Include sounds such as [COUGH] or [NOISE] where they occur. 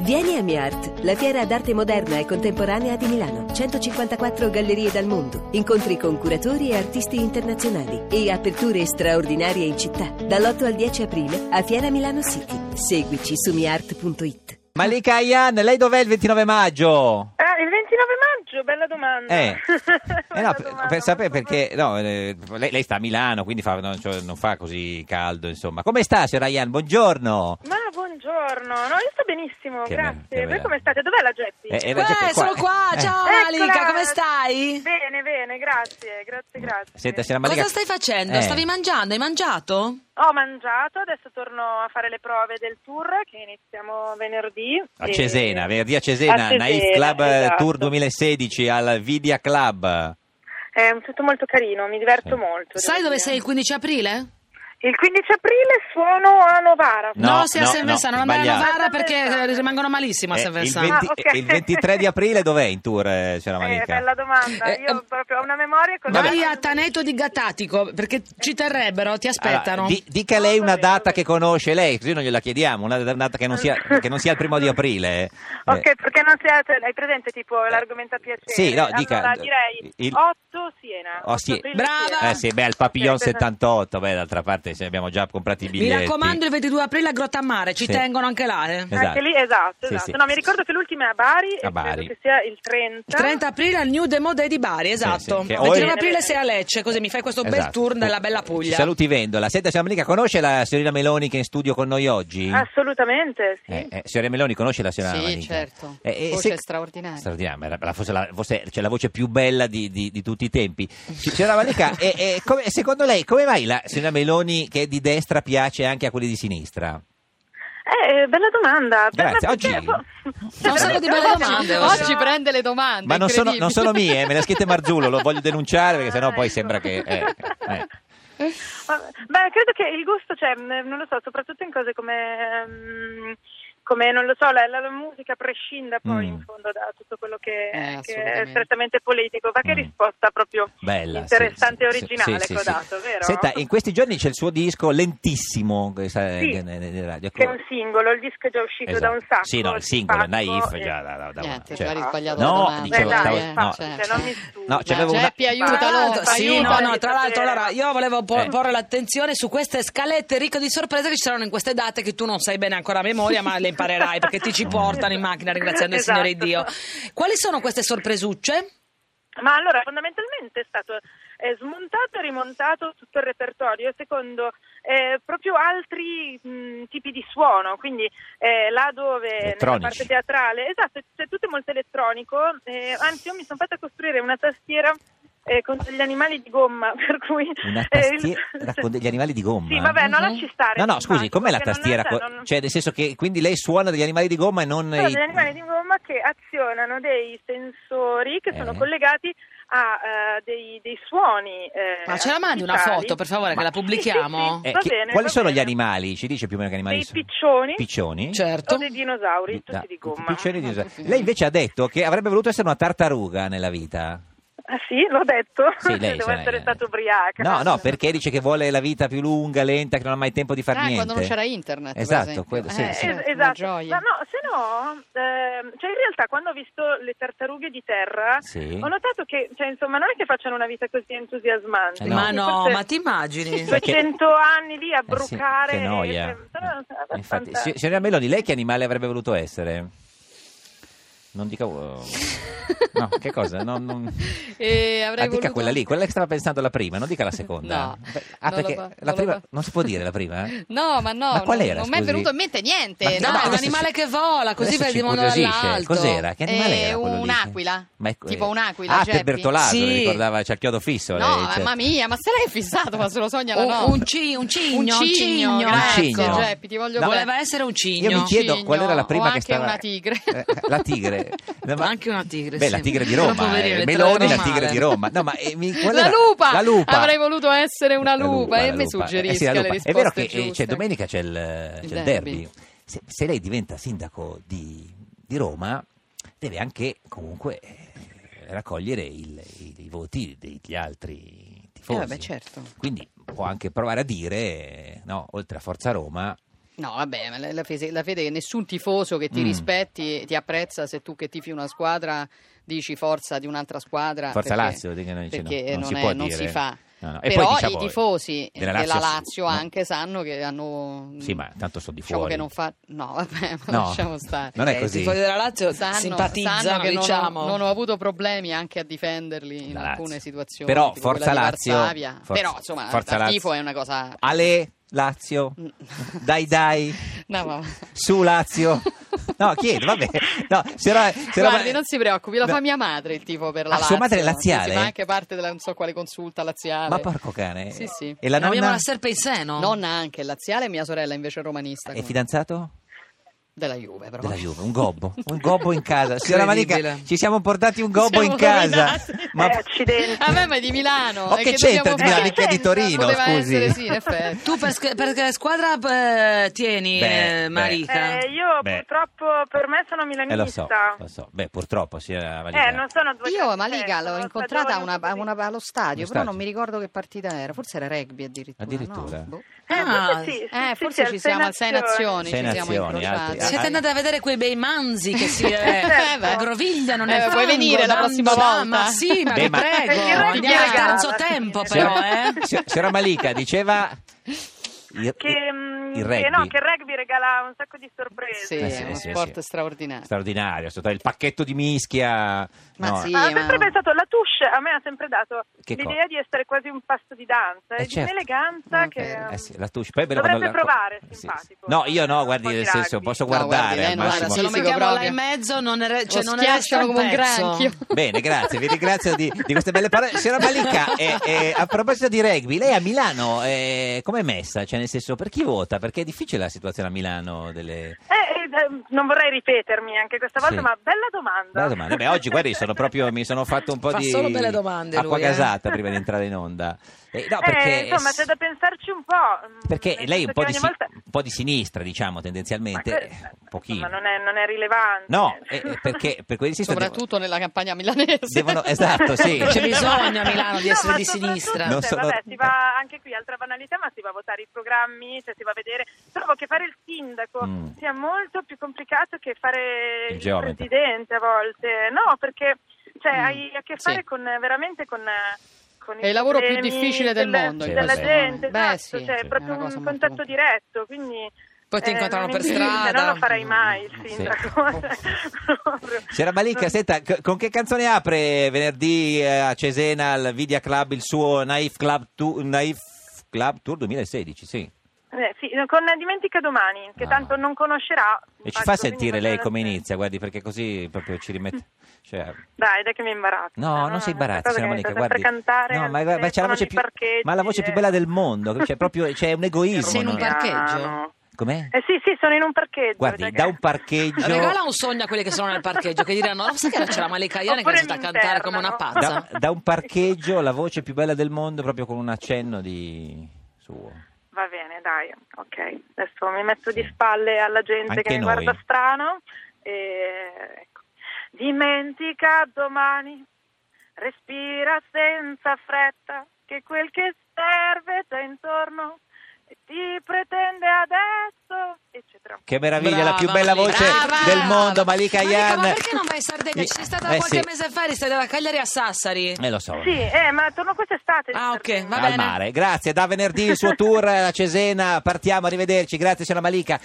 Vieni a MiArt, la fiera d'arte moderna e contemporanea di Milano. 154 gallerie dal mondo, incontri con curatori e artisti internazionali e aperture straordinarie in città. Dall'8 al 10 aprile a Fiera Milano City. Seguici su miart.it. Malika Ayan, lei dov'è il 29 maggio? Ah, il 29 maggio, bella domanda. [LAUGHS] Eh. Eh Bella no, per, domanda, per sapere non so perché no, eh, lei, lei sta a Milano, quindi fa- non, cioè, non fa così caldo, insomma. Come sta, signora Ayan? Buongiorno. Ma buongiorno, no, io sto benissimo, Che Oh, grazie. bella, che Voi bella. come state? Dov'è la Geppi? Eh, eh, Eh, cioè, qua- sono qua, eh. ciao Eccola. Oh, Malika, come stai? Bene, bene, grazie, grazie, grazie. Mm. Senta, signora Malika, Cosa stai facendo? Eh. Stavi mangiando? Hai mangiato? Ho mangiato, adesso torno a fare le prove del tour che iniziamo venerdì. a E- Cesena, venerdì a Cesena, Eh. A Cesena, Naif Club eh, esatto. Tour 2016 al Vidia Club. È tutto molto carino, mi Sì. diverto molto. Sai devo dove dire. sei il 15 aprile? Il 15 aprile suono a Novara. No, sei a no, San Vincent, no, non andare a sbagliato. Novara perché rimangono malissimo a Eh, San il, Vincent. 20 Ah, ok. eh, il 23 di aprile dov'è in tour, eh, signora ehm, Eh, Malika? bella domanda, Eh, io eh, proprio ho una memoria con Vai a Taneto di Gattatico perché ci terrebbero, ti aspettano. Allora, di- dica lei una data che conosce lei, così non gliela chiediamo, una data che non sia, che non sia il primo di aprile. eh. [LAUGHS] [LAUGHS] Ok, perché non sia, cioè, hai presente tipo l'argomento a piacere? Sì, no, dica- Allora, direi il- 8 Siena. Oh, sì. 8 aprile Brava! Siena. Eh sì, beh, al Papillon Ok, esatto. 78, beh, d'altra parte se abbiamo già comprato i Mi biglietti. raccomando, il 22 aprile a Grottammare, ci Sì. tengono anche là. eh. esatto. Anche lì, esatto, Sì, esatto. sì. No, mi ricordo che l'ultima è a Bari, A e Bari. credo che sia il 30. Il 30 aprile al New Demo Day di Bari, esatto. sì, che Il o è- 29 aprile sei a Lecce, così mi fai questo bel Esatto. tour nella bella Ci Puglia. saluti Vendola. Senta, signora Malika, conosce la signorina Meloni che è in studio con noi oggi? Assolutamente, sì. Eh, eh, signorina Meloni conosce la signora Sì, Malika? certo. Voce straordinaria. straordinaria, era la- forse la, forse c'è la voce più bella di, di- di tutti i tempi. Sì, Signora [LAUGHS] Malika, eh, eh, come- secondo lei come mai la signora Meloni che è di destra piace anche a quelli di sinistra? Eh, eh, bella domanda. Per Grazie, me- oggi- eh, boh. [LAUGHS] Sono state di belle domande eh. oggi. Oggi prende le domande. Ma non incredibile. Ah, sono, ecco. non sono mie, eh, me le ha scritte Marzullo, lo voglio denunciare perché sennò poi sembra che... eh, eh. Beh, credo che il gusto, cioè, mh, non lo so, soprattutto in cose come, ehm, come non lo so, la, la- la musica prescinda poi Mm. in fondo da tutto quello che, Eh, che è assolutamente. strettamente politico. Ma che Mm. risposta proprio Bella, sì, interessante e sì, originale sì, sì, che ho sì. dato, vero? Senta, in questi giorni c'è il suo disco lentissimo che sa- Sì, che- ne- ne- ne- radio. Che è un singolo, il disco è già uscito Esatto. da un sacco. Sì, no, il di singolo, è fatto, naif, eh. già da, da- da- Niente, cioè- magari ho sbagliato No, la domanda. dicevo, Beh, dai, stavo- eh, no, cioè, non mi studi. No, c'avevo una- Geppi, aiutalo. Tra l'altro- Aiutalo, sì, no, no, tra l'altro, Sapere. allora io volevo por- Eh. porre l'attenzione su queste scalette ricche di sorprese che ci saranno in queste date che tu non sai bene ancora a memoria, ma le imparerai perché ti ci portano in macchina ringraziando Esatto. il Signore Dio. Quali sono queste sorpresucce? Ma allora fondamentalmente è stato eh, smontato e rimontato tutto il repertorio secondo eh, proprio altri mh, tipi di suono, quindi eh, là dove nella Elettronici. parte teatrale, esatto, c'è tutto è molto elettronico, eh, anzi io mi sono fatta costruire una tastiera eh, con degli animali di gomma, [LAUGHS] per cui... Una eh, il- [LAUGHS] tastiera con degli animali di gomma? Sì, vabbè, non Mhm. lasci stare. No, no, infatti, scusi, com'è la perché non- tastiera? cioè, Co- non- Cioè, nel senso che quindi lei suona degli animali di gomma e non... sono i- degli animali di gomma che azionano dei sensori che sono Eh. collegati a eh, dei, dei suoni. eh, Ma ce la mandi una artificiali. foto, per favore, Ma- che la pubblichiamo? Sì, Eh, Va chi- bene, quali va sono bene. gli animali? Ci dice più o meno che animali Dei sono? piccioni. Piccioni? Cioè, Certo. O dei dinosauri, Di- tutti Mm, da- di gomma. piccioni di dinosauri. Sì. Lei invece ha detto che avrebbe voluto essere una tartaruga nella vita. Ah sì, l'ho detto. [LAUGHS] Sì, lei, Devo cioè, essere eh. stato ubriaca. No, no, perché dice che vuole la vita più lunga, lenta, che non ha mai tempo di far Ah, niente. quando non c'era internet, per Esatto, esempio. quello, sì, Eh, sì. eh, Es- una esatto. gioia. Ma no, se no, ehm, cioè in realtà quando ho visto le tartarughe di terra, Sì. ho notato che, cioè, insomma, non è che facciano una vita così entusiasmante. Eh no. Ma no, Forse- ma ti immagini? Sì. Perché- 200 anni lì a Eh sì, brucare. che noia. eh, sono abbastanza- Infatti, si- signora Meloni, lei che animale avrebbe voluto essere? Non dica... oh. No, che cosa? Non, non- [LAUGHS] Eh, avrei Ah, dica voluto- quella lì, quella che stava pensando la prima, non dica la seconda. No, Beh, ah, non perché lo fa- la non lo prima fa. non si può dire la prima? eh? [LAUGHS] No, ma no, Ma qual non- era, non mi è scusi? venuto in mente niente. Ma- No, no, è un adesso animale ci- che vola, così adesso ci vediamo incuriosisce. dall'alto. Cos'era? Che animale Eh, era quello lì? un'aquila. Ma ecco, Tipo eh, un'aquila, Ah, per Geppi. Bertolaso, Sì. lo ricordava, c'è il chiodo fisso. No, eh, lei, cioè. mamma mia, ma se l'hai fissato, ma se lo sogna la Un, notte. un ci- un cigno, Un cigno, ecco. grazie, cigno. Geppi, ti voglio No. bene. Voleva essere un cigno. Io mi chiedo Cigno, qual era la o prima che anche stava... una tigre. Eh, la [LAUGHS] tigre. No, ma- Anche una tigre, Beh, sì. la tigre di Però Roma. poverine, eh. le Meloni, la trovano tigre male. di Roma. No, ma, eh, mi- qual La era? lupa! La lupa! Avrei voluto essere una La lupa, la e mi lupa. suggerisca Eh sì, la le lupa. È risposte vero che eh, giuste. c'è domenica c'è il, Il c'è il derby. derby. Se, se lei diventa sindaco di, di Roma, deve anche comunque eh, raccogliere il- i, i voti degli altri tifosi. Eh, vabbè, Eh, certo. Quindi può anche provare a dire, eh, no, oltre a Forza Roma, No, vabbè, ma la, la fede, la fede è che nessun tifoso che ti Mm. rispetti ti apprezza se tu che tifi una squadra dici forza di un'altra squadra. Forza perché- Lazio, dicono, dice, no, perché non non, si è- può non dire. eh. si fa. No, no. E Però poi, diciamo, i tifosi della della Lazio- Lazio, no. anche sanno che hanno... Sì, ma tanto sono di Diciamo fuori. che non fa... No, vabbè, ma No. lasciamo stare. Non è Eh, così. I tifosi della Lazio Sanno- simpatizzano, sanno che non ho- diciamo. non ho, avuto problemi anche a difenderli in La Lazio. alcune situazioni. Però tipo Forza quella di Lazio. Varsavia. Forza- Però insomma, Forza il Lazio. tifo è una cosa... Mm. Ale, Lazio. Dai, dai. No, ma... Su, Lazio. No, chiedo, vabbè. No, se era- se era- Guardi, non si preoccupi, la No. fa mia madre il tipo per la Ah, Lazio. sua madre è Sì, sì, laziale? ma anche parte della non so quale consulta laziale. Ma porco cane. Sì, sì. E la No, Abbiamo nonna? la serpe in seno. Nonna anche è laziale e mia sorella invece è romanista. È come- fidanzato? Della Juve, però. Della Juve, un gobbo, un gobbo in casa. Signora Manica, Incredibile. ci siamo portati un gobbo Siamo in casa. rovinati. Ma Eh, accidenti. [LAUGHS] [LAUGHS] A me ma è di Milano. Oh, e che dobbiamo c'entra di Milano? fare? Mica di Torino, Poteva scusi. essere, sì, in effetti. Tu per, sch- per squadra eh, tieni, Beh, eh, beh. Marica. Eh, io Beh. purtroppo per me sono eh, lo so, milanista. lo so. Beh, purtroppo, signora Manica. Eh, non sono due eh, Io Malika l'ho incontrata a una- a una- allo stadio, Allo però stadio. non mi ricordo che partita era, forse era rugby addirittura. no? Addirittura. Boh. Ah, sì, sì, Eh, sì, forse sì, ci al siamo al Sei Nazioni, Sei ci siamo Nazioni, altri- incrociati. Ah, Siete ah. andati a vedere quei bei manzi che [LAUGHS] si eh, Certo. aggrovigliano nel Eh, fango, vuoi venire la dando- prossima no, volta? Ma sì, ma Beh, vi ma- prego. Perché noi Andiamo al chiediamo- terzo tempo, però, Signora, eh. si- signora Malika diceva il, Che, il mm, che rugby. no, che il rugby regala un sacco di sorprese. Sì, Eh, sì, è uno sì, sport sì. mm, straordinario. straordinario, sotto il pacchetto di mischia. Ma no, sì, Ma ho sempre ma- pensato, la touche a me ha sempre dato Che l'idea co- di essere quasi un pasto di danza, Eh, e di certo. un'eleganza Ah, che... beh, Eh sì, la touche. Poi è bello Dovrebbe quando la- provare, sì, sì. simpatico. No, io no, Un guardi, po' nel di senso, rugby. posso No, guardi, guardare lei al non ha massimo. Se lo Fisico mettiamo là proprio. in mezzo non, re- cioè, Lo non resta schiacciano un come un pezzo. granchio. Bene, grazie, vi ringrazio di, di queste belle parole. Signora Malika, eh, eh, a proposito di rugby, lei a Milano eh, com'è messa? Cioè, nel senso, per chi vota? Perché è difficile la situazione a Milano delle... Eh, eh, eh, non vorrei ripetermi anche questa volta, Sì. ma bella domanda. Bella domanda. Beh, oggi guardi, sono proprio, mi sono fatto un po' Fa di solo belle domande acqua lui, eh. gasata prima di entrare in onda. Eh, no, [LAUGHS] Eh, perché, insomma, c'è da pensarci un po'. mm, perché nel lei è senso un po, che di, ogni si- volta- un po' di sinistra, diciamo, Ma tendenzialmente, que- eh, un pochino. insomma, non, è, non è rilevante. [LAUGHS] No, eh, eh, perché per quelli di sinistra... Soprattutto nella campagna milanese. [LAUGHS] Devono- esatto, sì. C'è bisogno a Milano di Cioè, No, essere ma di soprattutto, sinistra. Non cioè, sono- vabbè, si va anche qui altra banalità, ma si va a votare i programmi, cioè si va a vedere. Trovo che fare il sindaco Mm. sia molto più complicato che fare Il il, geometra. presidente a volte. No, perché cioè, Mm. hai a che fare Sì. con veramente con con i È il lavoro più problemi difficile del della- mondo, in della questo gente, momento. Beh, esatto, sì, cioè, sì. è È proprio una cosa un molto contatto complicata. diretto, quindi Poi ti eh, incontrano non per esiste, strada. No, non lo farai mai il Sì. [LAUGHS] sindaco. [LAUGHS] Proprio. Signora Malika, senta, c- con che canzone apre venerdì eh, a Cesena al Vidia Club il suo Naif Club, Tu- Naif Club Tour 2016? Sì. Eh, sì, con Dimentica domani, che Ah. tanto non conoscerà. E ci fa Ecco, quindi sentire lei non- come inizia, guardi, perché così proprio ci rimette. Cioè, Dai, dai che mi imbarazzo. no, non si imbarazzi, signora Malika, guardi. Cantare No, ma, al guarda, c'è la telefono voce nei più, parcheggi, ma la voce più eh. bella del mondo, c'è [LAUGHS] proprio c'è un egoismo. Sei in un no? parcheggio? Piano. Com'è? Eh sì, sì, sono in un parcheggio. Guardi, cioè da che- un parcheggio. Regala un sogno a quelli che sono nel parcheggio che diranno: "Oh, Sai che c'è la Malika Iane che Oppure è stata mi a cantare come una internano." pazza. da, da un parcheggio la voce più bella del mondo, proprio con un accenno di suo. Va bene, dai, ok. Adesso mi metto di spalle alla gente Anche che mi noi. guarda strano. E... ecco. Dimentica domani, respira senza fretta, che quel che serve t'è intorno e ti pretende adesso, eccetera. Che meraviglia, la più Brava, bella Malika. voce Brava. del mondo, Malika Yan. Ma perché non vai in Sardegna? Ci sei stata Eh, qualche sì. mese fa, eri stata da Cagliari a Sassari. Eh, lo so. Sì, eh, ma torno quest'estate. Ah, ok, va Al bene. mare, grazie. Da venerdì il suo tour eh, a Cesena. Partiamo, arrivederci. Grazie, signora Malika.